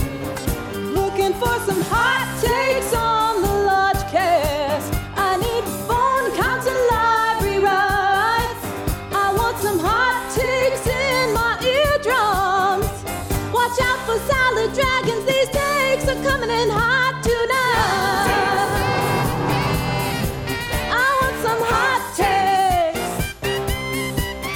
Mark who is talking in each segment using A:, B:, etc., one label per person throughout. A: Looking for some hot takes on the Lodge Cast. I need phone counts and live rewrites. I want some hot takes in my eardrums. Watch out for solid dragons, these takes are coming in hot tonight. I want some hot takes.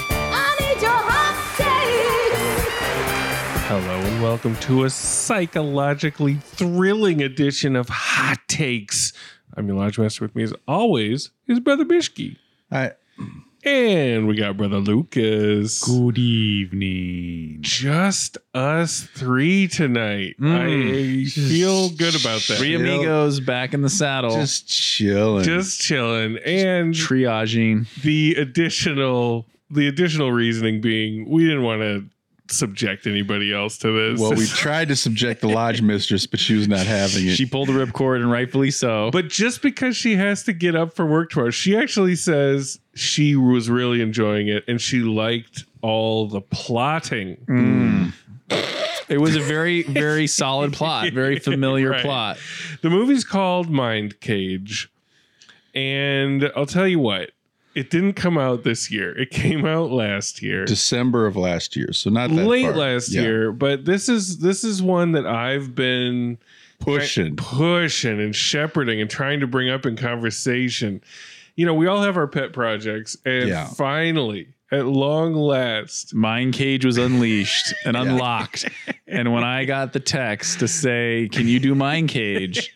A: I need your hot takes.
B: Hello and welcome to a psychologically thrilling edition of Hot Takes. I'm your Lodge Master with me as always is Brother Bishki.
C: I,
B: And we got Brother Lucas.
C: Good evening.
B: Just us three tonight.
C: Mm.
B: I feel good about that.
D: Three
C: Yep.
D: amigos back in the saddle, just
C: Just chilling.
B: Just chilling. And
D: triaging.
B: the additional the additional reasoning being we didn't want to subject anybody else to this.
C: well, we tried to subject the lodge mistress, but she was not having it.
D: She pulled the ripcord, and rightfully so.
B: But just because she has to get up for work tomorrow, she actually says she was really enjoying it and she liked all the plotting.
D: it was a very, very solid plot, very familiar
B: Right.
D: plot.
B: The movie's called Mind Cage. And I'll tell you what, it didn't come out this year. It came out last year.
C: December of last year, so not that
B: late
C: far.
B: last
C: Yeah.
B: year, but this is this is one that I've been
C: Pushing.
B: pushing and shepherding and trying to bring up in conversation. You know, we all have our pet projects, and
C: Yeah.
B: finally, at long last,
D: Mind cage was unleashed and
C: Yeah.
D: unlocked. and when I got the text to say, "Can you do mind cage?"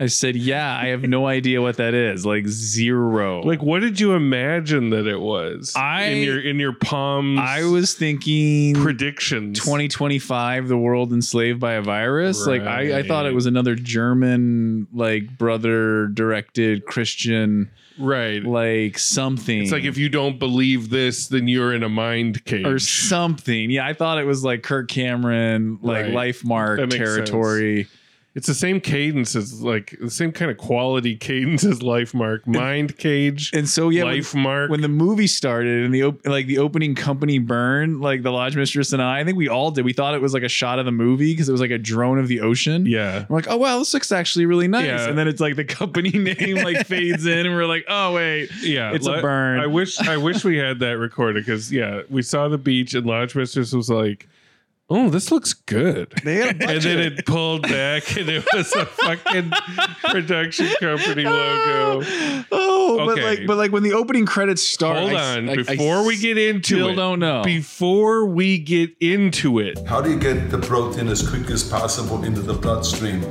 D: I said, "Yeah, I have no idea what that is. Like zero.
B: like, what did you imagine that it was?
D: I-
B: in your in your palms,
D: I was thinking."
B: predictions.
D: 2025 the world enslaved by a virus like I, I thought
B: Right.
D: it was another german like brother directed christian
B: right?
D: like something
B: it's like if you don't believe this, then you're in a mind cage.
D: or something yeah i thought it was like kirk cameron like
B: Right.
D: life
B: That
D: mark
B: makes
D: territory
B: It's the same cadence as like the same kind of quality cadence as Life Mark, Mind Cage,
D: and so yeah when-
B: Life Mark.
D: when the movie started and the op- like the opening company burn like the lodge mistress and i i think we all did we thought it was like a shot of the movie because it was like a drone of the ocean
B: yeah,
D: We're like, oh wow, this looks actually really nice.
B: Yeah.
D: And then it's like the company name like fades in, and we're like, oh wait,
B: yeah,
D: it's
B: li-
D: a burn.
B: I wish I wish we had that recorded because yeah, we saw the beach and Lodge Mistress was like, "Oh, this looks good,"
D: they had a
B: and then it pulled back and it was a fucking production company logo.
D: Oh, but
B: Okay.
D: like, but like when the opening credits start,
B: Hold
D: I-
B: on,
D: I- I
B: before we get into
D: still
B: it,
D: don't know.
B: before we get into it,
E: How do you get the protein as quick as possible into the bloodstream?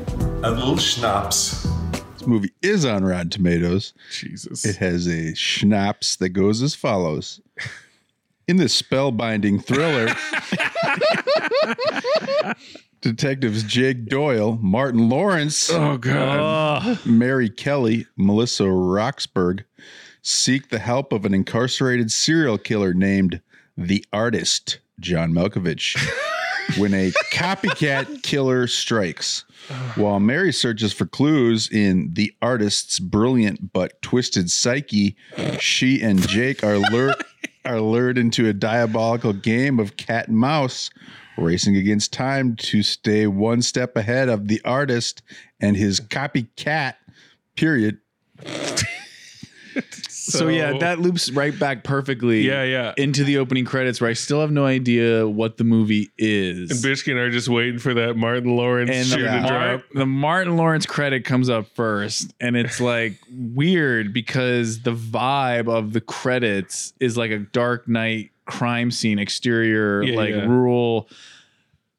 E: A little schnapps.
C: This movie is on Rotten Tomatoes.
B: Jesus,
C: It has a schnapps that goes as follows. In this spellbinding thriller, detectives Jake Doyle, Martin Lawrence,
B: oh god,
D: Ugh.
C: Mary Kelly, Melissa Roxburgh seek the help of an incarcerated serial killer named the artist John Malkovich when a copycat killer strikes. While Mary searches for clues in the artist's brilliant but twisted psyche, she and Jake are lured are lured into a diabolical game of cat and mouse, racing against time to stay one step ahead of the artist and his copycat. Period.
D: So, yeah, that loops right back perfectly.
B: yeah yeah.
D: Into the opening credits, where I still have no idea what the movie is.
B: and Bishkin are just waiting for that Martin Lawrence
D: and
B: shoe
D: the,
B: to
D: Mar-
B: drop.
D: the Martin Lawrence credit comes up first, and it's like weird because the vibe of the credits is like a Dark Knight crime scene, exterior,
B: Yeah,
D: like
B: yeah.
D: rural,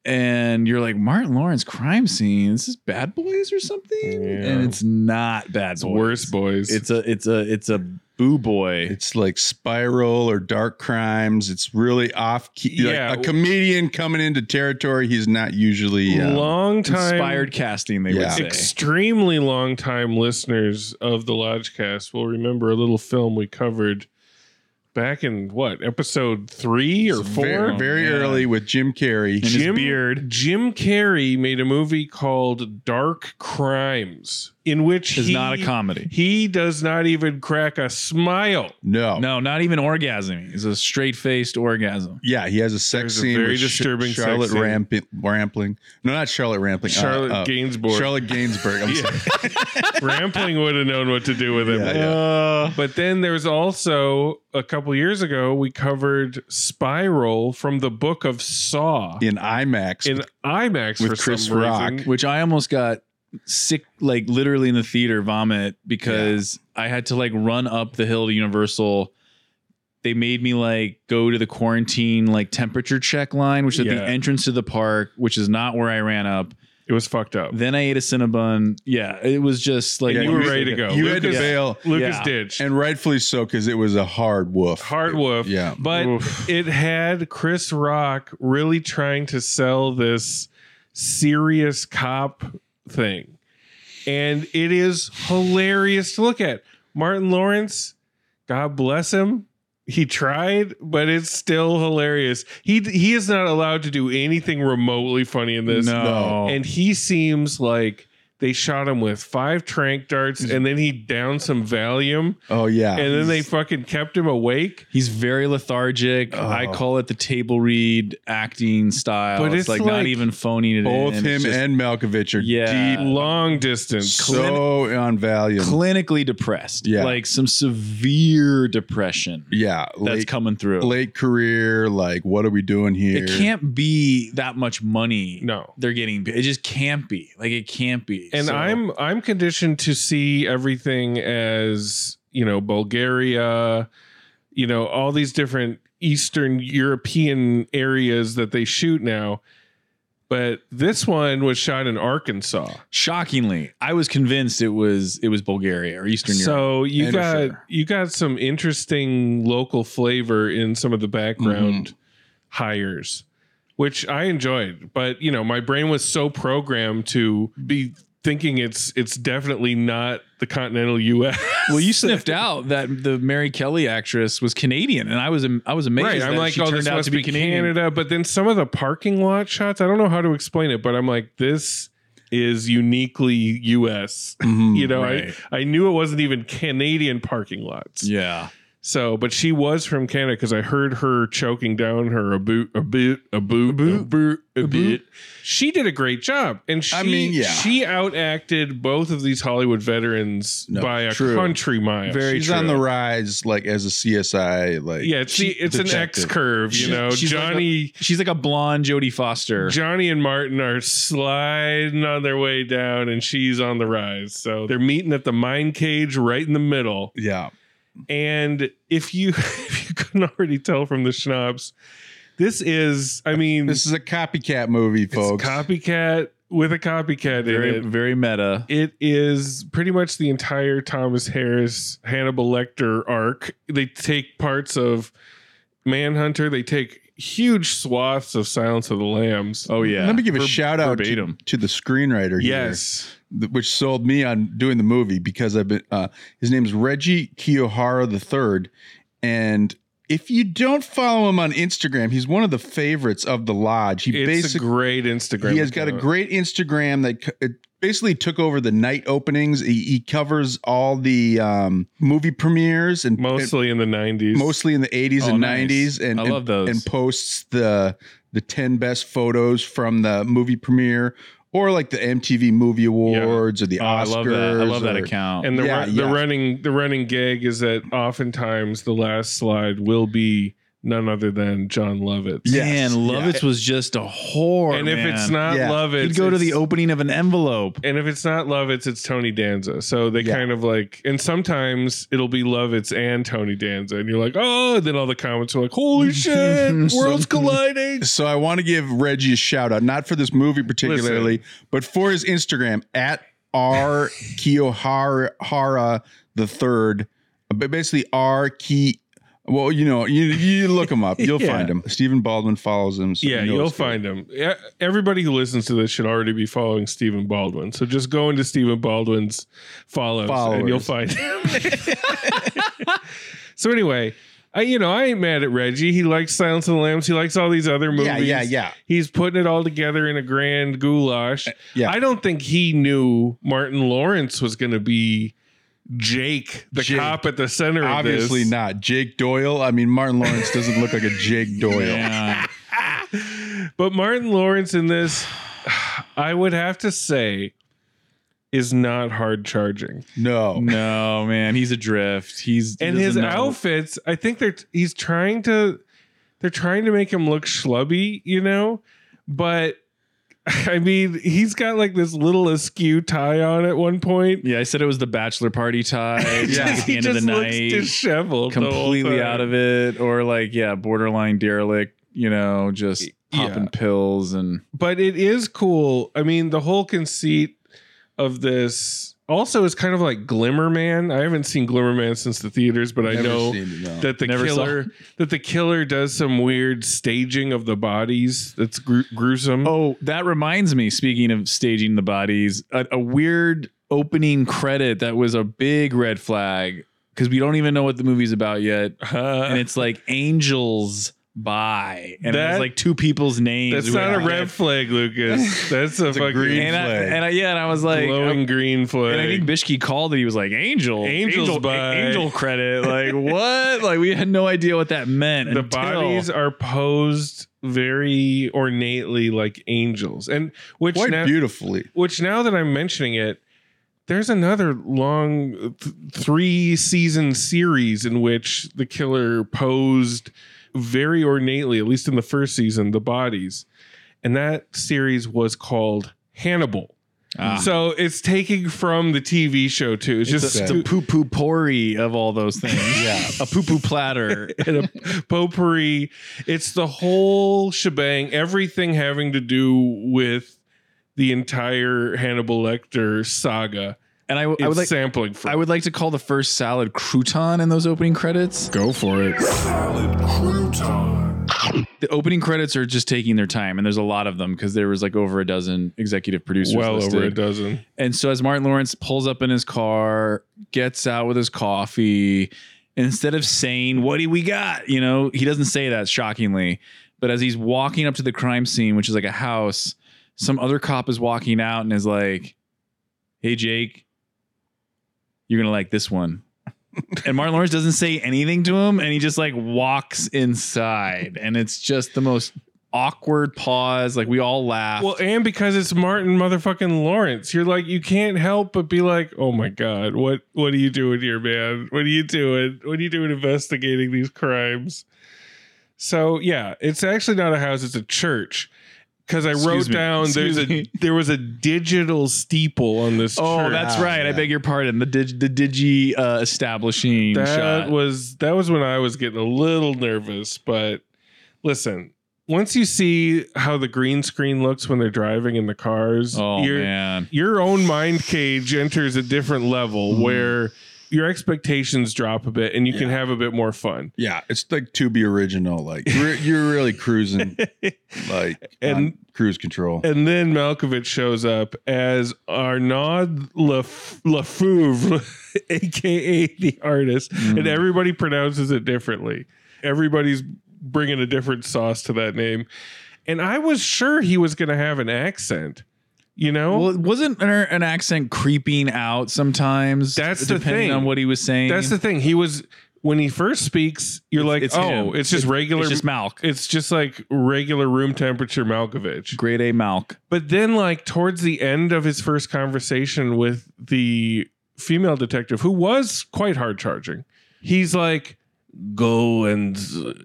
D: and you're like Martin Lawrence crime scene. This is Bad Boys or something,
B: Yeah.
D: and it's not Bad
B: It's
D: Boys.
B: worse, boys.
D: It's a it's a it's a boo boy.
C: It's like Spiral or Dark Crimes. It's really off key.
B: Yeah.
C: Like a comedian coming into territory he's not usually. uh,
B: long time
D: Inspired casting, they
C: Yeah.
D: would say.
B: extremely long time listeners of the Lodgecast will remember a little film we covered back in what episode three or four?
C: Very, very early with Jim Carrey.
D: his beard.
B: Jim Carrey made a movie called Dark Crimes, in which
D: It's
B: he-
D: not a comedy.
B: He does not even crack a smile.
C: No.
D: No, not even orgasming. It's a straight faced orgasm.
C: Yeah, he has a sex
B: There's a
C: scene.
B: very
C: with Sh-
B: disturbing sex
C: Charlotte
B: scene.
C: Ramping, Rampling. No, not Charlotte Rampling. uh,
B: Charlotte
C: uh,
B: Gainsbourg.
C: Charlotte Gainsbourg. I'm sorry.
B: Rampling would have known what to do with him.
C: Yeah, yeah.
B: But then there's also a couple years ago we covered Spiral from the book of Saw
C: In IMAX.
B: in IMAX
C: with
B: for
C: Chris
B: some reason.
C: Rock.
D: which I almost got sick, like literally in the theater vomit because I had to like run up the hill to Universal. They made me like go to the quarantine like temperature check line, which is at
B: Yeah.
D: the entrance to the park, which is not where I ran up.
B: It was fucked up.
D: Then I ate a Cinnabon. Yeah, it was just like
B: Yeah, you were ready to go.
C: You had to
B: Lucas-
C: bail.
B: Lucas
D: Yeah.
B: Ditch.
C: And rightfully so, because it was a hard woof.
B: Hard woof.
C: Yeah.
B: But
D: Oof.
B: it had Chris Rock really trying to sell this serious cop thing. And it is hilarious to look at. Martin Lawrence, God bless him. He tried, but it's still hilarious. He he is not allowed to do anything remotely funny in this.
D: No.
B: And he seems like they shot him with five trank darts and then he downed some Valium
C: Oh, yeah.
B: and then they fucking kept him awake.
D: He's very lethargic. I call it the table read acting style.
B: Oh. But
D: it's,
B: it's
D: like, not
B: like
D: even phoning it
C: Both
D: in. It's
C: him
D: just
C: and Malkovich are
D: Yeah.
C: deep,
B: Long distance.
C: so on Valium.
D: clinically depressed.
C: Yeah.
D: Like some severe depression
C: yeah.
D: that's
C: Late,
D: coming through.
C: late career. Like, what are we doing here?
D: It can't be that much money.
B: No.
D: They're getting it just can't be. Like it can't be.
B: and
D: So-
B: I'm I'm conditioned to see everything as, you know, Bulgaria, you know, all these different Eastern European areas that they shoot now. But this one was shot in Arkansas.
D: shockingly, I was convinced it was it was Bulgaria or Eastern Europe.
B: So you
D: And
B: got
D: sure.
B: you got some interesting local flavor in some of the background hires, which I enjoyed. But you know, my brain was so programmed to be thinking it's it's definitely not the continental U.S.
D: Well, you sniffed out that the Mary Kelly actress was Canadian, and I was am- I was amazed.
B: right? I'm
D: that
B: like,
D: she
B: oh,
D: turned
B: this
D: out
B: must
D: to
B: be,
D: be Canadian.
B: Canada. But then some of the parking lot shots, I don't know how to explain it, but I'm like, this is uniquely U.S. you know,
D: right.
B: I I knew it wasn't even Canadian parking lots.
D: Yeah,
B: So, but she was from Canada because I heard her choking down her a boot, a boot, a boot, a boot, a boot. She did a great job, and she,
C: I mean, yeah.
B: she outacted both of these Hollywood veterans
C: No,
B: by a
C: true.
B: country mile.
C: She's on the rise, like, as a CSI. Like,
B: yeah, it's, the- it's an
C: Detective.
B: X curve, you
D: She-
B: know.
D: she's like
B: Johnny,
D: a- she's like a blonde Jodie Foster.
B: Johnny and Martin are sliding on their way down, and she's on the rise. So they're meeting at the mine cage right in the middle.
C: Yeah.
B: And if you if you couldn't already tell from the schnapps, this is I mean
C: This is a copycat movie,
B: Mm. it's
C: folks.
B: copycat with a copycat
D: very
B: in it.
D: very meta.
B: It is pretty much the entire Thomas Harris Hannibal Lecter arc. They take parts of Manhunter, they take huge swaths of Silence of the Lambs.
D: Oh yeah.
C: Let me give a
D: Ver-
C: shout out to,
D: verbatim.
C: to the screenwriter here.
B: yes.
C: th- which sold me on doing the movie because I've been. Uh, his name's Reggie Kiyohara the Third, and if you don't follow him on Instagram, he's one of the favorites of the lodge. He
B: It's a
C: basically
B: great Instagram.
C: he has got a
B: account.
C: great Instagram that c- it basically took over the night openings. He, he covers all the um, movie premieres and and-
B: mostly in the 90s.
C: mostly in the 80s
D: Oh,
C: and
D: nice.
C: 90s and
D: I
C: and-
D: love those.
C: and posts the the 10 best photos from the movie premiere or like the MTV movie awards or the
D: Oh,
C: Oscars
D: I love that. I love that
C: or-
D: account.
B: And the
C: Yeah,
B: run,
C: yeah.
B: the running the running gag is that oftentimes the last slide will be none other than John Lovitz.
C: Yeah. Yes.
D: man, Lovitz was just a whore.
B: and if it's not
D: man.
C: Yeah.
B: Lovitz,
D: he'd go to the
B: it's-
D: opening of an envelope.
B: and if it's not Lovitz, it's Tony Danza. So they
C: Yeah.
B: kind of like, and sometimes it'll be Lovitz and Tony Danza, and you're like, oh, and then all the comments are like, holy shit, worlds colliding.
C: So I want to give Reggie a shout out, not for this movie particularly, but for his Instagram at R Kiyohara Hara the third, but basically R Ki. Well, you know, you you look him up, you'll
B: Yeah.
C: find him. Stephen Baldwin follows him. so
B: Yeah,
C: you know
B: you'll
C: it's good.
B: find him. E- Everybody who listens to this should already be following Stephen Baldwin. So just go into Stephen Baldwin's follows, and you'll
C: Followers.
B: find him. so anyway, I, you know, I ain't mad at Reggie. He likes Silence of the Lambs. He likes all these other movies.
C: Yeah, yeah, yeah. Uh,
B: He's putting it all together in a grand goulash.
C: yeah.
B: I don't think he knew Martin Lawrence was going to be Jake, the
C: Jake.
B: cop at the center of this.
C: Obviously not. Jake Doyle. I mean, Martin Lawrence doesn't look like a Jake Doyle.
D: Yeah.
B: But Martin Lawrence in this, I would have to say, is not hard charging.
C: No.
D: no, man, he's adrift. He's he
B: and his
D: doesn't know.
B: outfits i think they're he's trying to they're trying to make him look schlubby you know but i mean he's got like this little askew tie on at one point
D: Yeah, I said it was the bachelor party tie. yeah, at the
B: he
D: end of the
B: just looks
D: night,
B: disheveled the whole
D: completely
B: time.
D: out of it, or like yeah, borderline derelict. You know, just
B: Yeah.
D: popping pills and
B: but it is cool i mean the whole conceit of this also is kind of like glimmer man i haven't seen glimmer man since the theaters but i
C: Never
B: know
C: seen it, no.
B: that the
D: Never saw
B: killer
D: it.
B: that the killer does some weird staging of the bodies that's gru- gruesome
D: Oh, that reminds me. Speaking of staging the bodies, a, a weird opening credit that was a big red flag because we don't even know what the movie's about yet, and it's like angels by, and it
B: That-
D: was like two people's names.
B: That's
D: who
B: not a
D: had-
B: red flag, Lucas. That's a
C: a
B: fucking
C: green
D: And I,
C: flag.
D: and I, yeah, and I was like,
B: glowing green flag.
D: and I think Bishke called it. He was like, "Angel,
B: Angels
D: angel,
B: by-
D: angel credit." Like what? like we had no idea what that meant.
B: the
D: until-
B: bodies are posed very ornately like angels, and which
C: Quite
B: now,
C: beautifully.
B: which now that I'm mentioning it, there's another long th- three season series in which the killer posed very ornately, at least in the first season, the bodies, and that series was called Hannibal.
D: Ah.
B: So it's taking from the TV show too. It's,
D: It's
B: just
D: a,
B: two-
D: the poo poo pori of all those things.
C: Yeah.
D: a poo poo platter.
B: and a potpourri. It's the whole shebang, everything having to do with the entire Hannibal Lecter saga.
D: And I,
B: It's
D: I would like
B: sampling from.
D: I would like to call the first salad crouton in those opening credits.
C: Go for it.
E: Salad crouton.
D: The opening credits are just taking their time, and there's a lot of them because there was like over a dozen executive producers.
B: well over a
D: listed.
B: dozen.
D: And so as Martin Lawrence pulls up in his car, gets out with his coffee, and instead of saying, What do we got? You know, he doesn't say that shockingly. But as he's walking up to the crime scene, which is like a house, some other cop is walking out and is like, Hey Jake, you're gonna like this one. and Martin Lawrence doesn't say anything to him, and he just like walks inside. And it's just the most awkward pause. Like we all laugh.
B: Well, and because it's Martin motherfucking Lawrence, you're like you can't help but be like, "Oh my god, what what are you doing here, man? What are you doing? What are you doing investigating these crimes?" So, yeah, it's actually not a house, it's a church. Cuz I
D: Excuse
B: wrote
D: me.
B: down
D: Excuse
B: there's
D: me.
B: a there was a digital steeple on this
D: Oh,
B: church.
D: that's right. I
C: yeah.
D: beg your pardon. The dig, the digi uh, establishing
B: that
D: shot.
B: was that was when I was getting a little nervous, but listen, once you see how the green screen looks when they're driving in the cars,
D: oh
B: you're
D: man,
B: your own mind cage enters a different level
D: Hmm.
B: where your expectations drop a bit and you can have a bit more fun.
C: Yeah, it's like to be original. Like you're, you're really cruising, like
B: And-
C: on cruise control.
B: And then Malkovich shows up as Arnaud Lef- Lefebvre, aka the artist,
D: Mm.
B: and everybody pronounces it differently. Everybody's bringing a different sauce to that name. And I was sure he was going to have an accent, you know?
D: well, wasn't there an accent creeping out sometimes?
B: That's the
D: depending
B: thing.
D: on what he was saying.
B: That's the thing. He was when he first speaks, you're like,
D: it's
B: oh,
D: him.
B: it's just
D: It-
B: regular.
D: it's just Malk.
B: It's just like regular room temperature Malkovich.
D: grade A Malk.
B: But then, like towards the end of his first conversation with the female detective, who was quite hard charging, he's like, "Go and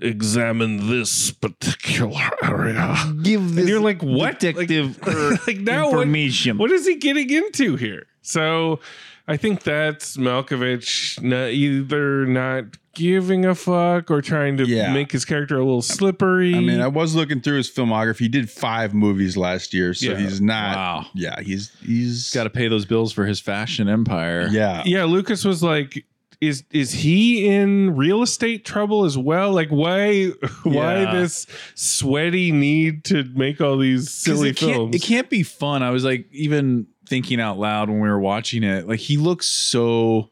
B: examine this particular area."
D: Give
B: And you're like, "What
D: detective
B: Like, like now, what,
D: information?
B: what is he getting into here? So I think that's Malkovich not, either not giving a fuck or trying to
C: Yeah.
B: make his character a little slippery.
C: I mean, I was looking through his filmography. He did five movies last year, so
B: Yeah.
C: he's not.
D: wow,
C: Yeah, he's he's
D: got to pay those bills for his fashion empire.
C: Yeah,
B: yeah, Lucas was like, is is he in real estate trouble as well? Like, why why
D: Yeah.
B: this sweaty need to make all these
D: 'Cause
B: silly
D: it can't-
B: films?
D: It can't be fun. I was like, even thinking out loud when we were watching it, like he looks so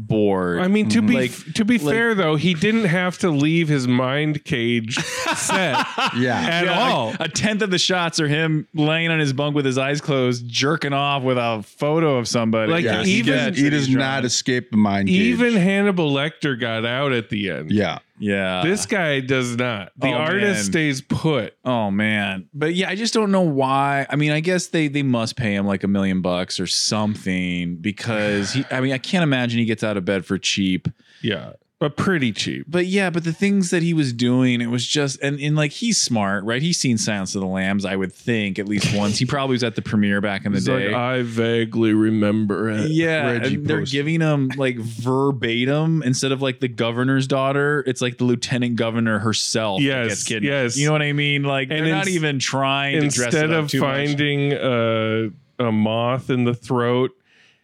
D: bored.
B: I mean, to be
D: Mm, Like-
B: to be
D: like-
B: fair though, he didn't have to leave his mind cage set
C: Yeah.
B: at
D: Yeah, like,
B: all.
D: a tenth of the shots are him laying on his bunk with his eyes closed, jerking off with a photo of somebody.
B: Like,
C: Yeah,
D: that
C: he,
D: he
B: even-
C: does,
D: gets
C: he
D: that
C: does
D: he's
C: not
D: drawing.
C: escape the mind. cage.
B: Even Hannibal Lecter got out at the end.
C: yeah,
D: yeah.
B: This guy does not. The
D: Oh,
B: artist
D: man.
B: stays put.
D: Oh man, but yeah, I just don't know why. I mean, I guess they they must pay him like a million bucks or something because he. I mean, I can't imagine he gets out of bed for cheap.
B: Yeah. But pretty cheap.
D: But yeah, but the things that he was doing, it was just and and like he's smart, right? He's seen Silence of the Lambs, I would think, at least once. He probably was at the premiere back in the
B: He's
D: day.
B: like, "Oh, I vaguely remember it.
D: yeah,
C: Reggie
D: and they're
C: Post.
D: giving him like verbatim instead of like the governor's daughter. It's like the lieutenant governor herself. that
B: Yes,
D: gets kidnapped.
B: yes.
D: You know what I mean? Like
B: And
D: they're
B: ins-
D: not even trying to dress
B: Instead
D: it up
B: of
D: too much.
B: finding a, a moth in the throat,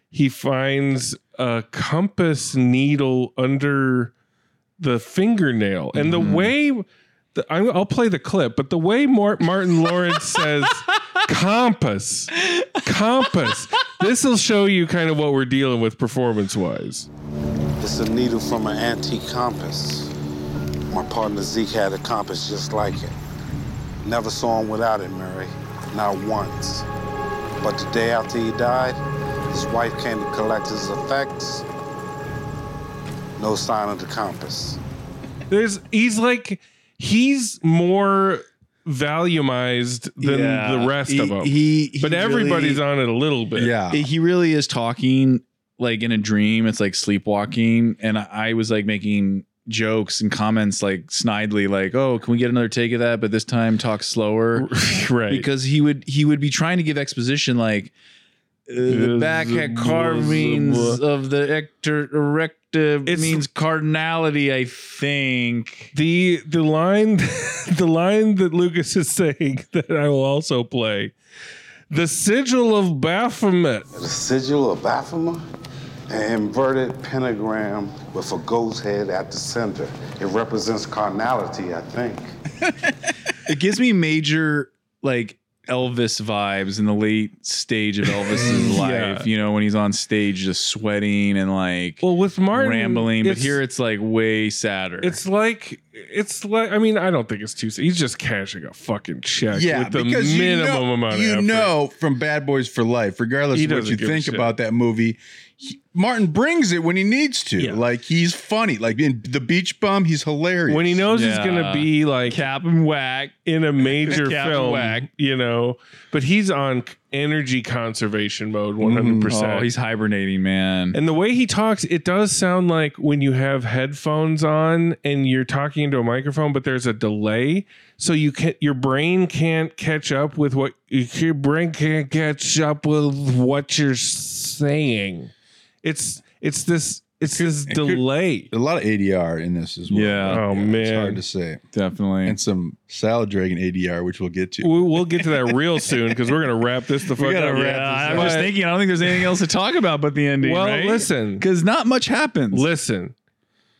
B: he finds a compass needle under the fingernail. And the
D: Mm-hmm.
B: way, the, I, I'll play the clip, but the way Mar- Martin Lawrence says compass, compass, this will show you kind of what we're dealing with performance wise.
F: It's a needle from an antique compass. My partner Zeke had a compass just like it. Never saw him without it, Murray. Not once. But the day after he died, his wife came to collect his effects. No sign of the compass.
B: There's he's like he's more volumized than
D: Yeah.
B: the rest
D: He-
B: of them.
D: He, he
B: but everybody's
D: really,
B: on it a little bit.
C: yeah.
D: He really is talking like in a dream. It's like sleepwalking, and I, I was like making jokes and comments like snidely, like, "Oh, can we get another take of that?" But this time, talk slower
B: right.
D: because he would he would be trying to give exposition like. Uh, the
B: Yes,
D: back had
B: it was,
D: carvings
B: it was-
D: of the ector erecta
B: It's-
D: means cardinality, I think.
B: the the line the line that Lucas is saying that I will also play. The sigil of Baphomet.
F: The sigil of Baphomet? An inverted pentagram with a goat's head at the center. It represents carnality, I think.
D: It gives me major like Elvis vibes in the late stage of Elvis's
B: Yeah.
D: life. You know, when he's on stage just sweating and like
B: Well, with Martin
D: rambling. But
B: it's-
D: here it's like way sadder.
B: it's like it's like I mean I don't think it's too. He's just cashing a fucking check with the minimum amount. Of
C: you
B: effort.
C: know from Bad Boys for Life, regardless
B: He
C: of what
B: doesn't
C: you
B: give a
C: think
B: shit.
C: about that movie, he- Martin brings it when he needs to.
B: Yeah.
C: Like he's funny. Like in The Beach Bum, he's hilarious.
B: when he knows he's
D: Yeah.
B: gonna be like
D: cap and whack.
B: in a major
D: Captain
B: film,
D: Whack.
B: you know, but he's on c- energy conservation mode 100%.
D: Oh, he's hibernating, man.
B: and the way he talks, it does sound like when you have headphones on and you're talking into a microphone, but there's a delay, so you can your brain can't catch up with what your brain can't catch up with what you're saying. It's it's this it's this
C: could-
B: delay.
C: a lot of ADR in this as well.
D: Yeah.
B: Oh,
C: It's hard
B: man.
C: to say.
D: Definitely.
C: And some salad dragon ADR, which we'll get to.
B: We- We'll get to that real soon because we're gonna wrap this the fuck
C: gotta
B: up.
C: wrap
D: yeah,
C: this
D: I'm
C: up.
D: just
B: But-
D: thinking. I don't think there's anything else to talk about but the ending.
B: Well, listen,
D: because not much happens.
B: Listen,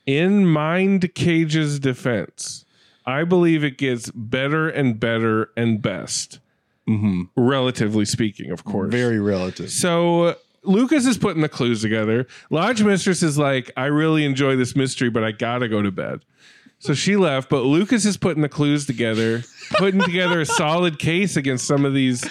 B: in Mind Cage's defense, I believe it gets better and better and best,
C: Mhm.
B: relatively speaking, of course.
C: Very relative.
B: So Lucas is putting the clues together. Lodge Mistress is like, I really enjoy this mystery, but I gotta go to bed. So she left, but Lucas is putting the clues together, putting together a solid case against some of these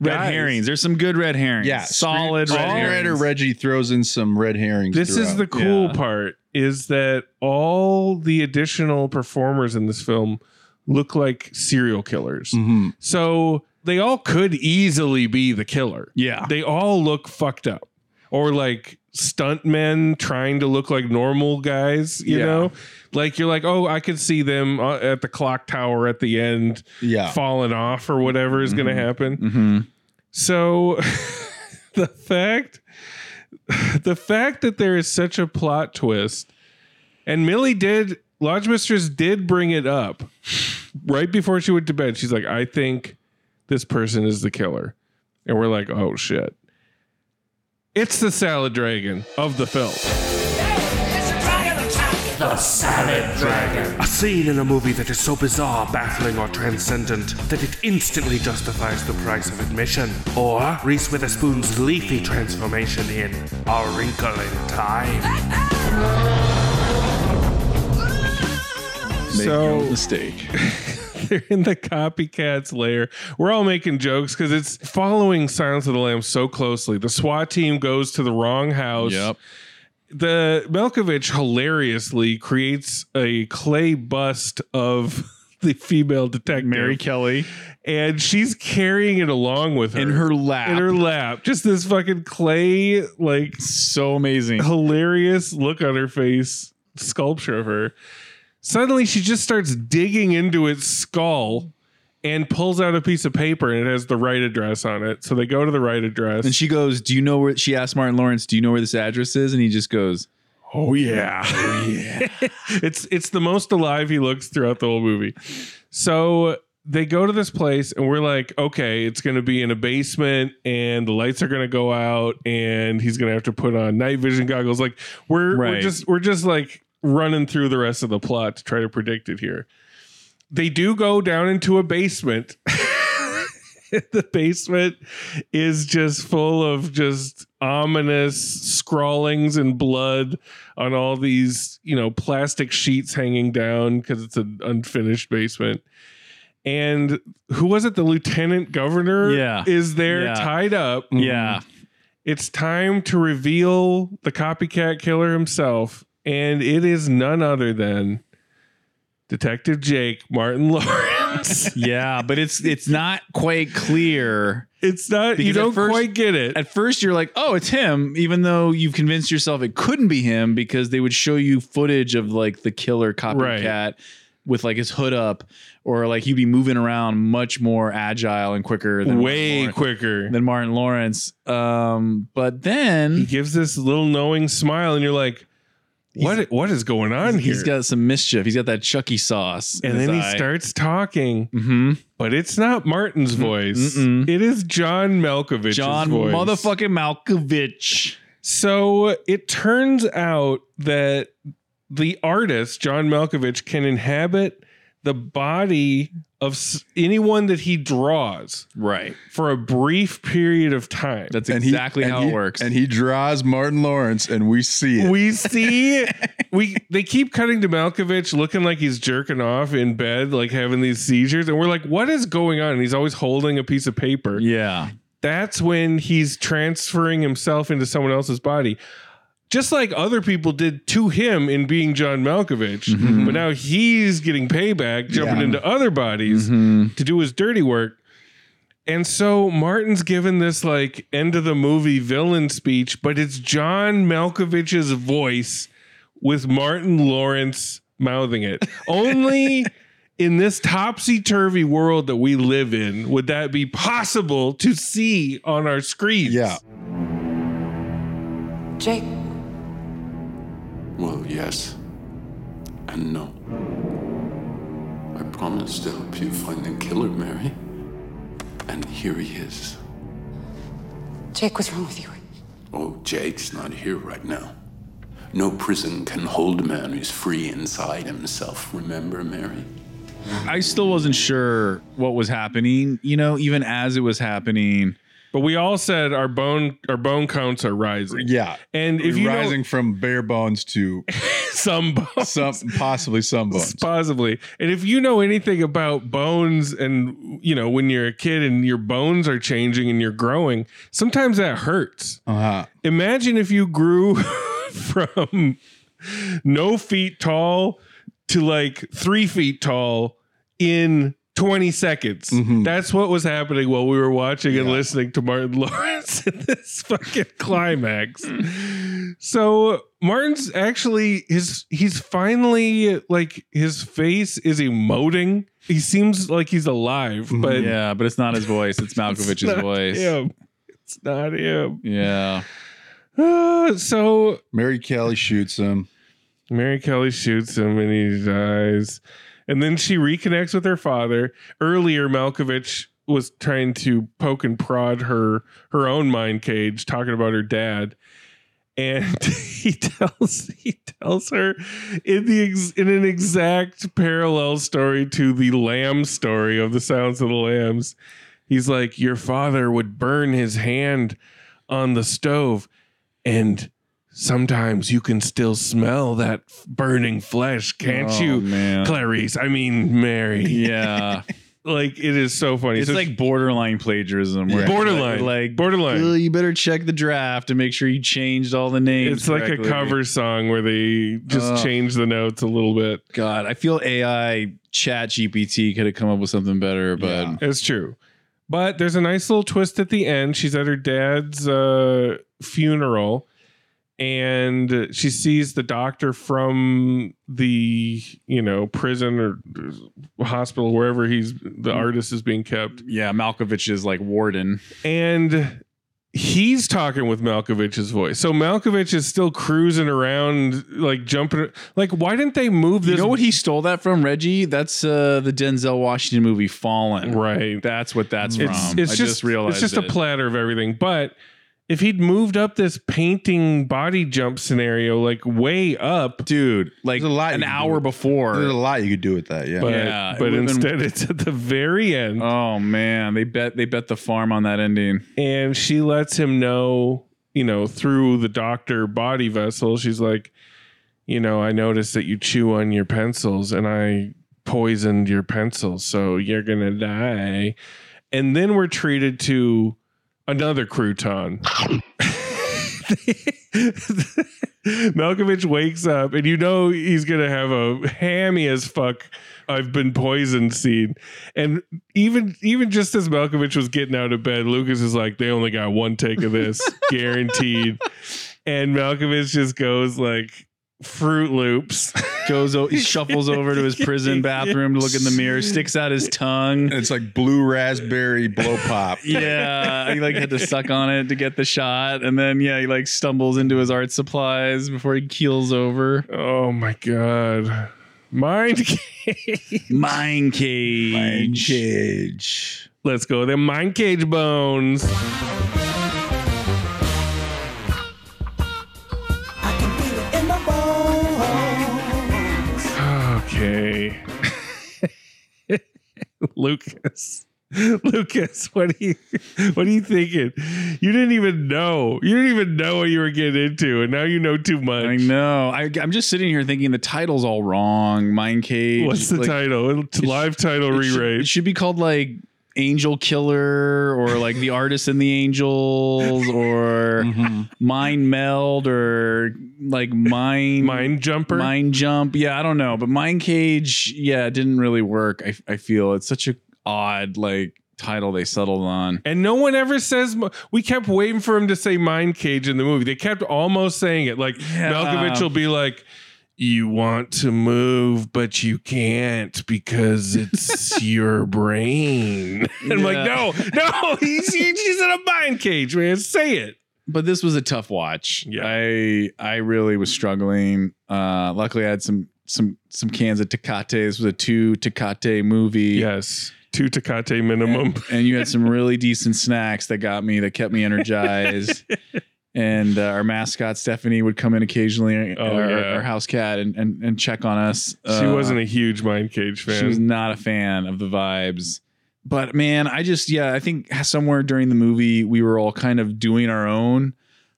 D: red
B: guys.
D: herrings. There's some good red herrings.
C: Yeah.
D: solid red herrings.
C: Songwriter Reggie throws in some red herrings.
B: This is the
C: throughout.
B: cool
D: Yeah.
B: part is that all the additional performers in this film look like serial killers.
D: Mm.
C: Mhm.
B: So they all could easily be the killer.
D: Yeah.
B: They all look fucked up or like stuntmen trying to look like normal guys, you
D: Yeah.
B: know? Like you're like, "Oh, I could see them uh, at the clock tower at the end
C: Yeah.
B: falling off or whatever is going to happen."
D: hmm
B: So the fact the fact that there is such a plot twist and Millie did Lodge Mistress did bring it up right before she went to bed. She's like, "I think this person is the killer." And we're like, "Oh shit." It's the salad dragon of the film.
G: A scene in a movie that is so bizarre, baffling, or transcendent that it instantly justifies the price of admission. Or Reese Witherspoon's leafy transformation in A Wrinkle in Time.
D: Make your own
B: So-
D: mistake.
B: They're in the copycats lair. We're all making jokes because it's following Silence of the Lambs so closely. The SWAT team goes to the wrong house.
D: Yep.
B: The Malkovich hilariously creates a clay bust of the female detective,
D: Mary Kelly
B: and she's carrying it along with her
D: in her lap.
B: in her lap. Just this fucking clay, like
D: so amazing.
B: hilarious look on her face sculpture of her. Suddenly, she just starts digging into its skull and pulls out a piece of paper and it has the right address on it. So they go to the right address.
D: And she goes, "Do you know where?" She asked Martin Lawrence, "Do you know where this address is?" And he just goes,
B: oh yeah, it's it's the most alive he looks throughout the whole movie. So they go to this place and we're like, okay, it's going to be in a basement and the lights are going to go out and he's going to have to put on night vision goggles. Like we're we're
D: Right.
B: just we're just like running through the rest of the plot to try to predict it here. They do go down into a basement. the basement is just full of just ominous scrawlings and blood on all these, you know, plastic sheets hanging down because it's an unfinished basement and who was it? The lieutenant governor
D: Yeah.
B: is there
D: Yeah.
B: tied up. Mm-hmm.
D: "Yeah,
B: It's time to reveal the copycat killer himself. And it is none other than Detective Jake Martin Lawrence.
D: yeah." But it's it's not quite clear.
B: it's not, you
D: Because at
B: don't
D: first-
B: quite get it.
D: At first, you're like, "Oh, it's him," even though you've convinced yourself it couldn't be him because they would show you footage of like the killer copycat with like his hood up, or like he'd be moving around much more agile and quicker than Martin
B: Way
D: Lawrence-
B: quicker.
D: than Martin Lawrence. Um, but
B: he
D: then
B: gives this little knowing smile, and you're like, what, what is going on here?
D: he's got some mischief. He's got that Chucky sauce,
B: and then he starts talking,
D: Mm-hmm.
B: but it's not Martin's voice.
D: mm-mm.
B: It is John Malkovich's
D: John
B: voice.
D: motherfucking Malkovich.
B: So it turns out that the artist, John Malkovich, can inhabit the body of s- anyone that he draws
D: Right.
B: for a brief period of time.
D: That's
C: And he-
D: exactly
C: and
D: how
C: he-
D: it works.
C: And he draws Martin Lawrence, and we see it.
B: we see we they keep cutting to Malkovich looking like he's jerking off in bed, like having these seizures, and we're like, what is going on? And he's always holding a piece of paper.
D: yeah.
B: that's when he's transferring himself into someone else's body. Just like other people did to him in being John Malkovich, but now he's getting payback, jumping
C: Yeah.
B: into other bodies
D: Mm-hmm.
B: to do his dirty work. And so Martin's given this like end of the movie villain speech, but it's John Malkovich's voice with Martin Lawrence mouthing it. Only in this topsy turvy world that we live in would that be possible to see on our screens?
C: Yeah.
H: Jake,
I: Well, yes. And no. I promised to help you find the killer, Mary. And here he is.
H: Jake, what's wrong with you?
I: Oh, Jake's not here right now. No prison can hold a man who's free inside himself, remember, Mary?
D: I still wasn't sure what was happening, you know, even as it was happening.
B: But we all said our bone our bone counts are rising.
C: Yeah.
B: And if you
C: rising
B: rising
C: from bare bones to
B: some bones,
C: some possibly some bones.
B: Possibly. And if you know anything about bones and you know when you're a kid and your bones are changing and you're growing, sometimes that hurts.
C: Uh-huh.
B: Imagine if you grew from no feet tall to like 3 feet tall in 20 seconds. That's what was happening while we were watching and listening to Martin Lawrence in this fucking climax. So Martin's actually his he's finally like his face is emoting. He seems like he's alive, but
D: Mm-hmm. Yeah, but it's not his voice. It's Malkovich's
B: not
D: voice.
B: him. It's not him.
D: Yeah.
B: Uh, so
C: Mary Kelly shoots him.
B: Mary Kelly shoots him and he dies. And then she reconnects with her father. Earlier, Malkovich was trying to poke and prod her her own mind cage, talking about her dad. And he tells he tells her in the ex, in an exact parallel story to the lamb story of the sounds of the lambs. He's like, Your father would burn his hand on the stove and Sometimes you can still smell that f- burning flesh, can't
D: Oh,
B: you,
D: man.
B: Clarice? I mean, Mary.
D: Yeah.
B: Like it is so funny.
D: It's
B: So
D: like borderline plagiarism.
C: Yeah.
B: borderline,
D: like-
B: like borderline.
D: "Ugh, you better check the draft and make sure you changed all the names.
B: it's like
D: correctly."
B: a cover song where they just
D: Ugh.
B: change the notes a little bit.
D: God, I feel AI Chat GPT could have come up with something better, but
C: Yeah.
B: It's true. But there's a nice little twist at the end. She's at her dad's uh, funeral and she sees the doctor from the, you know, prison or uh, hospital, wherever he's
D: Mm.
B: the artist is being kept.
D: yeah, Malkovich is like warden.
B: And he's talking with Malkovich's voice. So Malkovich is still cruising around, like jumping. Like, why didn't they move this?
D: you know what he stole that from, Reggie? That's uh, the Denzel Washington movie Fallen.
B: Right.
D: That's what that's
B: it's,
D: from.
B: It's
D: I
B: just,
D: just, realized
B: it's just a
D: it.
B: platter of everything. But if he'd moved up this painting body jump scenario like way up,
D: dude. Like
C: There's a lot
D: an
C: you can
D: hour
C: do.
D: before.
C: There's a lot you could do with that. Yeah.
B: but,
D: Yeah, it
B: but
D: would've been-
B: instead it's at the very end,
D: oh man, they bet they bet the farm on that ending.
B: and she lets him know, you know, through the doctor body vessel. She's like, you know, I noticed that you chew on your pencils, and I poisoned your pencils, so you're gonna die. And then we're treated to another crouton. Malkovich wakes up and you know he's gonna have a hammy as fuck I've been poisoned scene. And even even just as Malkovich was getting out of bed, Lucas is like, they only got one take of this, guaranteed. And Malkovich just goes like Fruit Loops.
D: Goes o- he shuffles over to his prison bathroom to look in the mirror, sticks out his tongue.
C: And it's like blue raspberry blow pop.
D: Yeah, he like had to suck on it to get the shot, and then yeah, he like stumbles into his art supplies before he keels over.
B: Oh my god. Mind cage.
D: Mind cage.
C: Mind cage.
B: Let's go. The mind cage bones. Okay. Lucas. Lucas, what do you what are you thinking? You didn't even know. You didn't even know what you were getting into, and now you know too much.
D: I know. I, I'm just sitting here thinking the title's all wrong. Mind cage.
B: What's the
D: Like,
B: title? It's
D: it
B: live title
D: It should-
B: rewrite.
D: It should be called like Angel Killer or like The Artist and the Angels or
B: Mm-hmm.
D: Mind Meld or like Mind
B: Mind jumper.
D: Mind Jump. Yeah, I don't know, but Mind Cage. Yeah, it didn't really work. I I feel it's such a odd like title they settled on.
B: And no one ever says we kept waiting for him to say mind cage in the movie. They kept almost saying it. Like
D: Yeah.
B: Malkovich will be like, "You want to move, but you can't because it's your brain." And I'm like,
D: Yeah.
B: "No, no, he's he's in a mind cage, man. Say it."
D: But this was a tough watch.
B: Yeah.
D: I I really was struggling. Uh, luckily I had some some some cans of Tecate. This was a two Tecate movie.
B: Yes, two Takate minimum.
D: and you had some really decent snacks that got me that kept me energized and uh, our mascot stephanie would come in occasionally uh,
B: Oh,
D: our,
B: yeah.
D: our house cat and, and and check on us
B: she
D: Uh,
B: wasn't a huge mind cage fan.
D: she was not a fan of the vibes but man i just yeah i think somewhere during the movie we were all kind of doing our own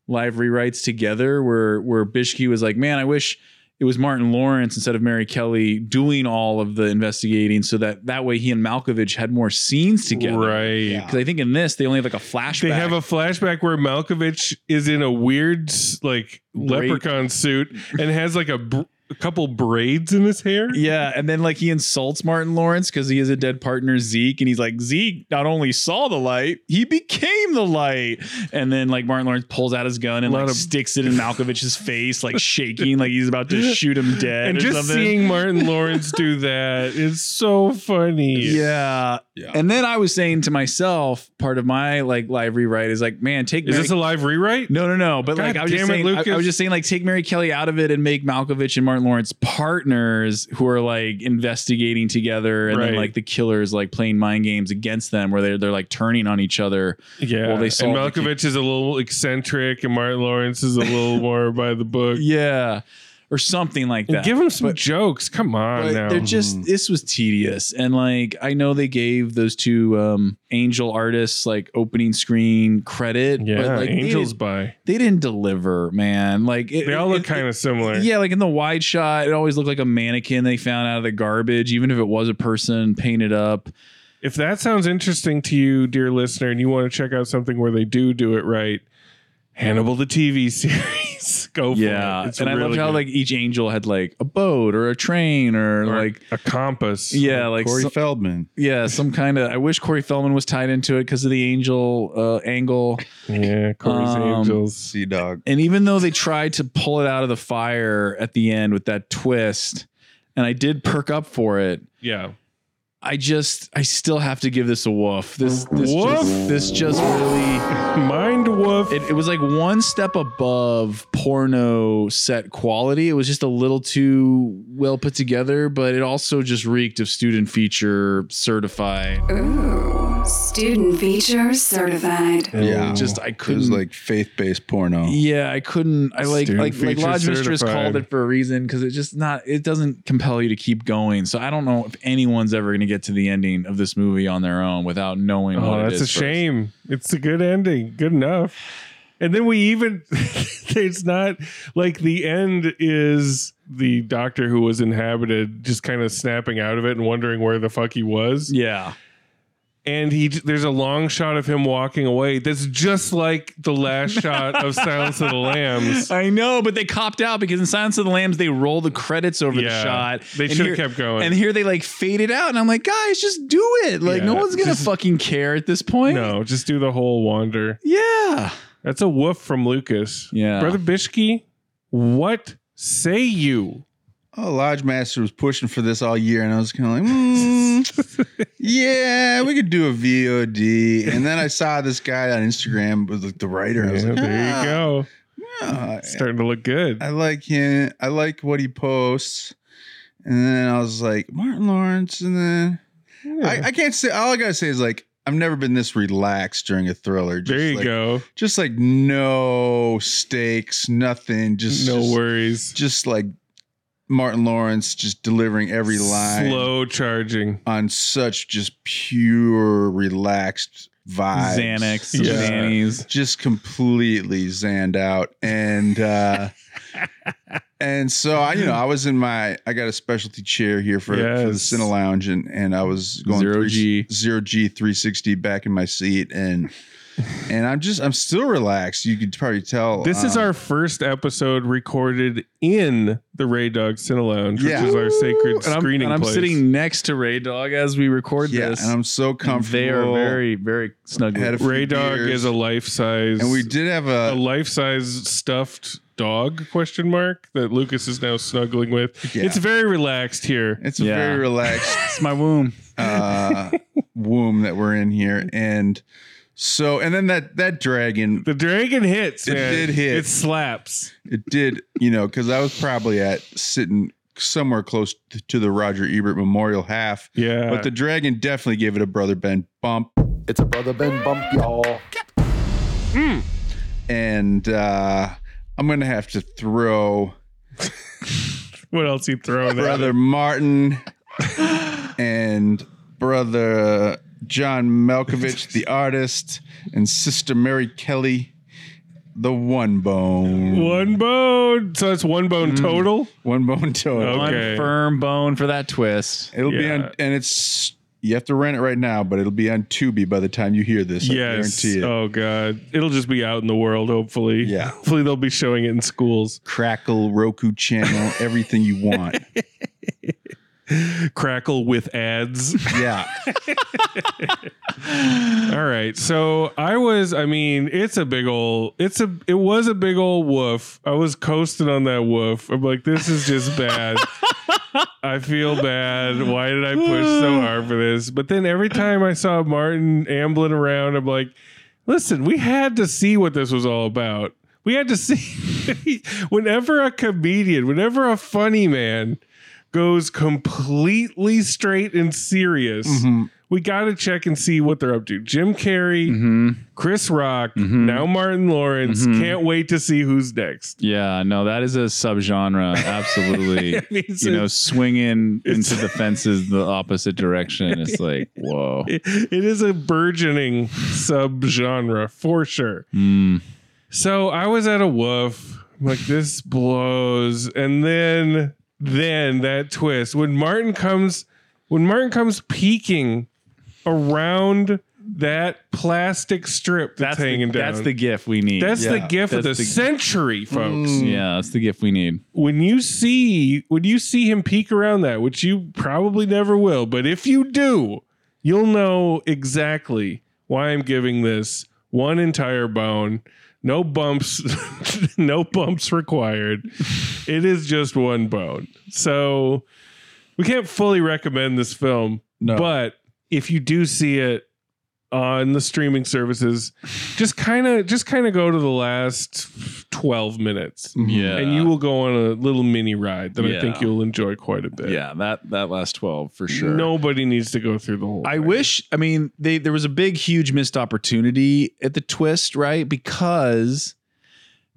D: live rewrites together where where bishke was like man i wish it was martin lawrence instead of mary kelly doing all of the investigating so that that way he and malkovich had more scenes together
B: Right.
D: because I think in this they only have like a flashback.
B: They have a flashback where Malkovich is in a weird like
D: Braid.
B: leprechaun suit and has like a, br- a couple braids in his hair.
D: yeah, and then like he insults Martin Lawrence because he is a dead partner Zeke, and he's like Zeke not only saw the light, he became the light. And then like Martin Lawrence pulls out his gun and
B: Lot
D: like
B: of-
D: sticks it in Malkovich's face, like shaking, like he's about to shoot him dead.
B: And
D: or
B: just
D: something.
B: seeing Martin Lawrence do that is so funny.
D: Yeah.
C: Yeah.
D: and then I was saying to myself, part of my like live rewrite is like, man, take
B: Is
D: Mary-
B: this a live rewrite?
D: No, no, no. But
B: God
D: like I was just
B: damn it,
D: saying, I- I,
B: Lucas.
D: was just saying, like take Mary Kelly out of it and make Malkovich and Martin Lawrence partners who are like investigating together, and then
B: Right.
D: like the killers like playing mind games against them, where they're they're like turning on each other.
B: Yeah.
D: Well, they
B: and
D: solved the
B: Malkovich is a little eccentric and Martin Lawrence is a little more by the book.
D: Yeah. or something like
B: And
D: that.
B: give them some
D: But-
B: jokes. Come on
D: but
B: now.
D: they're just this was tedious and like i know they gave those two um angel artists like opening screen credit
B: yeah,
D: but like
B: angels
D: they, didn't-
B: by.
D: they didn't deliver man like it,
B: They all look
D: it-
B: kind
D: it-
B: of similar.
D: yeah like in the wide shot it always looked like a mannequin they found out of the garbage even if it was a person painted up
B: If that sounds interesting to you, dear listener, and you want to check out something where they do do it right, Hannibal the TV series. Go for
D: yeah
B: it. It's
D: and i
B: really
D: loved how
B: good.
D: like each angel had like a boat or a train or,
B: Or
D: like
B: a compass.
D: yeah like
C: Corey
D: so-
C: Feldman.
D: yeah some kind of i wish corey feldman was tied into it because of the angel uh angle
B: yeah, Corey's
D: Um,
B: angels.
C: Sea Dog.
D: and even though they tried to pull it out of the fire at the end with that twist and i did perk up for it
B: Yeah,
D: i just i still have to give this a woof this this
B: Woof?
D: Just, this just really
B: mind woof.
D: it, it was like one step above porno set quality it was just a little too well put together but it also just reeked of student feature certified
H: Ooh, student feature certified.
C: Yeah.
D: just i
C: Oh, It
D: couldn't
C: was like faith based porno.
D: Yeah, I couldn't. I like
B: Student
D: like like
B: feature
D: Lodge Mistress
B: certified.
D: called it for a reason because it just not it doesn't compel you to keep going. So I don't know if anyone's ever going to get to the ending of this movie on their own without knowing.
B: Oh,
D: what it
B: that's
D: is
B: a
D: first.
B: shame. It's a good ending. Good enough. And then we even it's not like the end is the doctor who was inhabited just kind of snapping out of it and wondering where the fuck he was.
D: Yeah,
B: And he there's a long shot of him walking away. That's just like the last shot of Silence of the Lambs.
D: I know, but they copped out because in Silence of the Lambs they roll the credits over
B: Yeah,
D: the shot.
B: they
D: And
B: should've
D: here-
B: kept going.
D: And here they like faded out, and I'm like, guys, just do it. Like no
B: Yeah,
D: one's gonna
B: just-
D: fucking care at this point.
B: No, just do the whole wander.
D: Yeah.
B: That's a woof from Lucas.
D: Yeah.
B: Brother Bishke, what say you?
C: Oh, Lodge Master was pushing for this all year, and I was kind of like, mm, yeah, we could do a VOD. And then I saw this guy on Instagram was like the writer. I was
B: Yeah,
C: like,
B: there you go.
C: "Ah, yeah,
B: Starting to look good.
C: I like him. I like what he posts. And then I was like, Martin Lawrence. And then I, I can't say, all I got to say is like, I've never been this relaxed during a thriller. Just
B: there you
C: like-
B: go.
C: Just like no stakes, nothing. Just
B: no
C: just,
B: worries.
C: Just like Martin Lawrence just delivering every line
B: Slow charging.
C: on such just pure relaxed vibes.
D: Xanax,
B: Yeah.
D: Xannies.
C: Just completely zanned out. And uh and so I, you know, I was in my I got a specialty chair here for, for the
B: Yes.
C: Cine Lounge and and I was going
D: Zero
C: three-
D: G.
C: zero G three sixty back in my seat and and I'm just I'm still relaxed. You could probably tell
B: This is
C: um,
B: our first episode recorded in the Ray Dog Cine Lounge,
C: Yeah.
B: which is our sacred
D: And I'm,
B: screening
D: and I'm
B: place.
D: sitting next to Ray Dog as we record
C: yeah,
D: this.
C: and I'm so
D: And
C: comfortable.
D: They are very, very snugly.
C: Had a few
B: Ray Dog
C: beers,
B: is a life size,
C: and we did have
B: a
C: a
B: life size stuffed dog question mark that Lucas is now snuggling with.
C: Yeah.
B: It's very relaxed here.
C: it's a
D: Yeah.
C: very relaxed
D: it's my womb.
C: uh, womb that we're in here, and so and then that that dragon,
B: the dragon hits.
C: It
B: man.
C: did hit.
B: It slaps.
C: it did you know because I was probably at sitting somewhere close t- to the Roger Ebert Memorial half,
B: Yeah,
C: but the dragon definitely gave it a brother Ben bump,
J: It's a brother Ben bump, y'all.
C: Hmm. and uh, I'm gonna have to throw
B: what else he throwing? at
C: brother
B: it?
C: Martin and brother John Malkovich, the artist, and sister Mary Kelly. The one bone.
B: One bone. So that's one bone total.
C: One bone total.
B: Okay.
D: One firm bone for that twist.
C: It'll be
B: Yeah.
C: on, and it's you have to rent it right now, but it'll be on Tubi by the time you hear this. I
B: Yes.
C: guarantee it.
B: Oh God. It'll just be out in the world, hopefully.
C: Yeah.
B: Hopefully they'll be showing it in schools.
C: Crackle, Roku channel, everything you want.
B: Crackle with ads.
C: Yeah,
B: All right. So I was, I mean, it's a big ol' it's a it was a big old woof. I was coasting on that woof. I'm like, this is just bad. I feel bad. Why did I push so hard for this? But then every time I saw Martin ambling around, I'm like, listen, we had to see what this was all about. We had to see whenever a comedian, whenever a funny man goes completely straight and serious we got to check and see what they're up to. Jim Carrey,
D: Mm-hmm.
B: Chris Rock, now Martin Lawrence.
D: Mhm.
B: Can't wait to see who's next.
D: Yeah, no, that is a subgenre. Absolutely.
B: I mean, it's-
D: you know, swinging into the fences the opposite direction. It's like, whoa.
B: It- it is a burgeoning subgenre for sure.
D: Mm.
B: So I was at a woof. I'm like, this blows. And then, then that twist when Martin comes, when Martin comes peeking around that plastic strip that's,
D: That's the,
B: hanging down.
D: that's the gift we need.
B: That's the
C: Yeah.
B: gift of the,
D: That's the- Mm.
B: century, folks.
D: yeah, that's the gift we need.
B: When you see when you see him peek around that, which you probably never will, but if you do, you'll know exactly why I'm giving this one entire bone. No bumps, no bumps required. It is just one bone. So we can't fully recommend this film,
C: No.
B: but if you do see it on the streaming services, just kind of just kind of go to the last 12 minutes
D: Yeah.
B: Mm-hmm. and you will go on a little mini ride that I
D: Yeah.
B: think you'll enjoy quite a bit.
D: Yeah, that that last 12 for sure.
B: Nobody needs to go through the whole
D: I
B: thing.
D: wish. I mean, they there was a big, huge missed opportunity at the twist, right? Because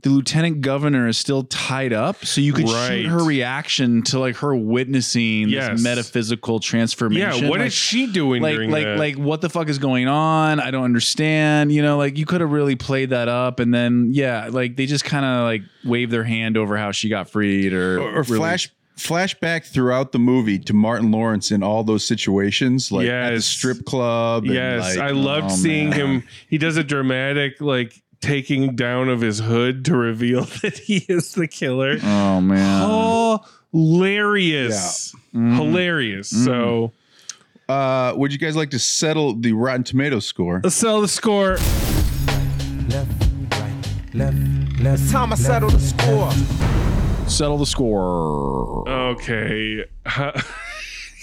D: the lieutenant governor is still tied up, so you could
B: Right.
D: shoot her reaction to like her witnessing
B: Yes.
D: this metaphysical
B: Yeah,
D: transformation.
B: what is
D: like,
B: she doing
D: like
B: during
D: like
B: that?
D: like what the fuck is going on? I don't understand. You know, like you could have really played that up, and then yeah, like they just kind of like wave their hand over how she got freed or
C: or, or
D: really-
C: flash flashback throughout the movie to Martin Lawrence in all those situations, like at the
B: Yes.
C: strip club. and,
B: Yes,
C: like-
B: I loved
D: oh,
B: seeing
D: man.
B: him. He does a dramatic like taking down of his hood to reveal that he is the killer.
D: Oh man.
B: Hilarious.
D: Mm.
B: Hilarious. So
C: Uh, would you guys like to settle the Rotten Tomato score?
B: let's sell the score.
K: It's time I settle the score.
D: Settle the score.
B: Oh, Okay.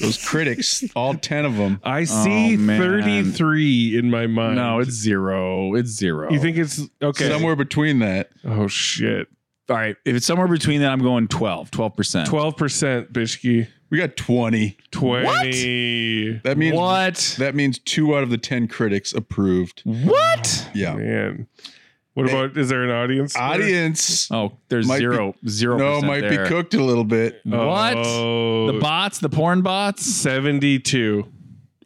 C: Those critics, all ten of them.
B: I see
D: Oh, man.
B: 33 in my mind.
D: No, it's zero. It's zero.
B: you think it's okay.
C: Somewhere between that.
B: Oh shit.
D: All right. If it's somewhere between that, I'm going 12, 12%.
B: 12% Bishki.
C: We got twenty.
B: 20.
C: That means
D: What?
C: That means two out of the ten critics approved.
D: What?
C: Yeah.
B: Man. What about is there an audience? score?
C: Audience.
D: Oh, there's
C: Might be-
D: zero, zero.
C: no, might be cooked a little bit.
D: What?
B: Oh,
D: The bots, the porn bots?
B: 72.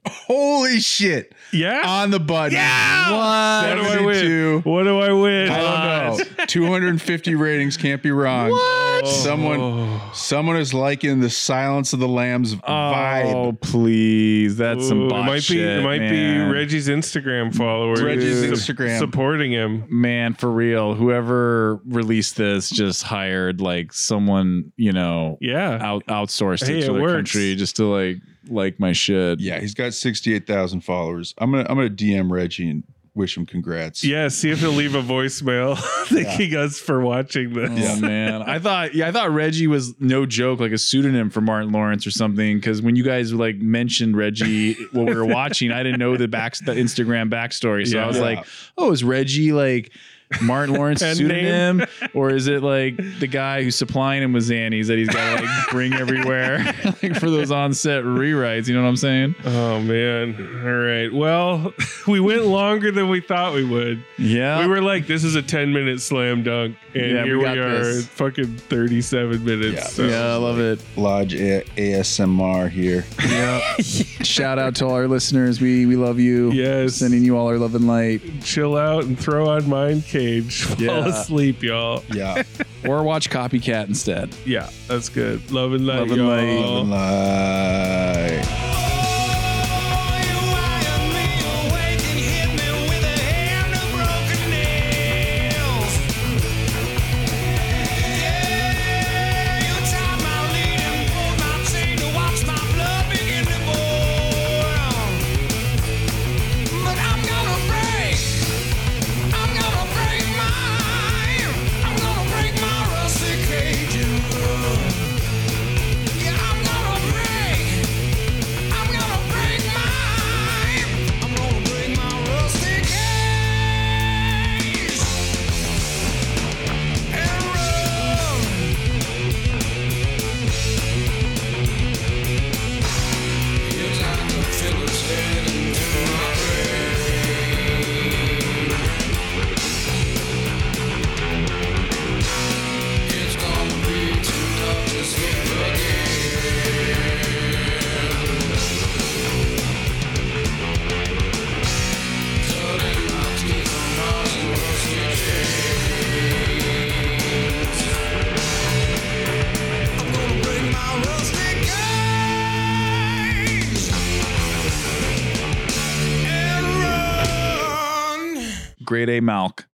C: Holy shit!
B: Yeah.
C: On the button. Yeah.
B: what do I win?
C: 72.
B: What do I win?
C: I don't know. 250 ratings can't be wrong. What? Someone,
B: Oh.
C: someone is liking the Silence of the Lambs
D: Oh,
C: vibe.
D: please. That's some
B: Ooh,
D: bot
B: it might
D: shit.
B: be it might
D: man.
B: be Reggie's Instagram followers.
C: Reggie's
B: su-
C: Instagram.
B: supporting him.
D: Man, for real. Whoever released this just hired like someone, you know,
B: Yeah.
D: out outsourced
B: Hey,
D: it
B: it
D: to the
B: works.
D: country just to like like my shit.
C: Yeah, he's got 68,000 followers. I'm gonna, I'm gonna DM Reggie and wish him congrats.
B: Yeah, see if he'll leave a voicemail thanking us for watching this.
D: Oh man, I thought yeah, I thought Reggie was no joke, like a pseudonym for Martin Lawrence or something. Because when you guys like mentioned Reggie what we were watching, I didn't know the back the Instagram backstory, so I was
C: Yeah.
D: like, oh, is Reggie like Martin Lawrence
B: Pen
D: pseudonym, or is it like the guy who's supplying him with Xannies that he's got to like bring everywhere like, for those on set rewrites? You know what I'm saying?
B: Oh man. All right. Well, we went longer than we thought we would.
D: Yeah,
B: we were like, this is a 10 minute slam dunk. And
D: Yeah, we
B: here we,
D: got
B: are,
D: this.
B: fucking 37 minutes.
C: Yeah.
B: so-
D: Yeah, I love it.
C: Lodge A- ASMR here.
D: Shout out to all our listeners. We we love you.
B: Yes.
D: Sending you all our love and light.
B: Chill out and throw on Mind Cage. Fall
D: Yeah.
B: asleep, y'all.
C: Yeah.
D: Or watch Copycat instead.
B: Yeah, that's good. Love and light.
D: Love and light.
B: y'all.
D: Love
C: Like-
K: Cage. Yeah, I'm gonna break.
D: grade A Malk.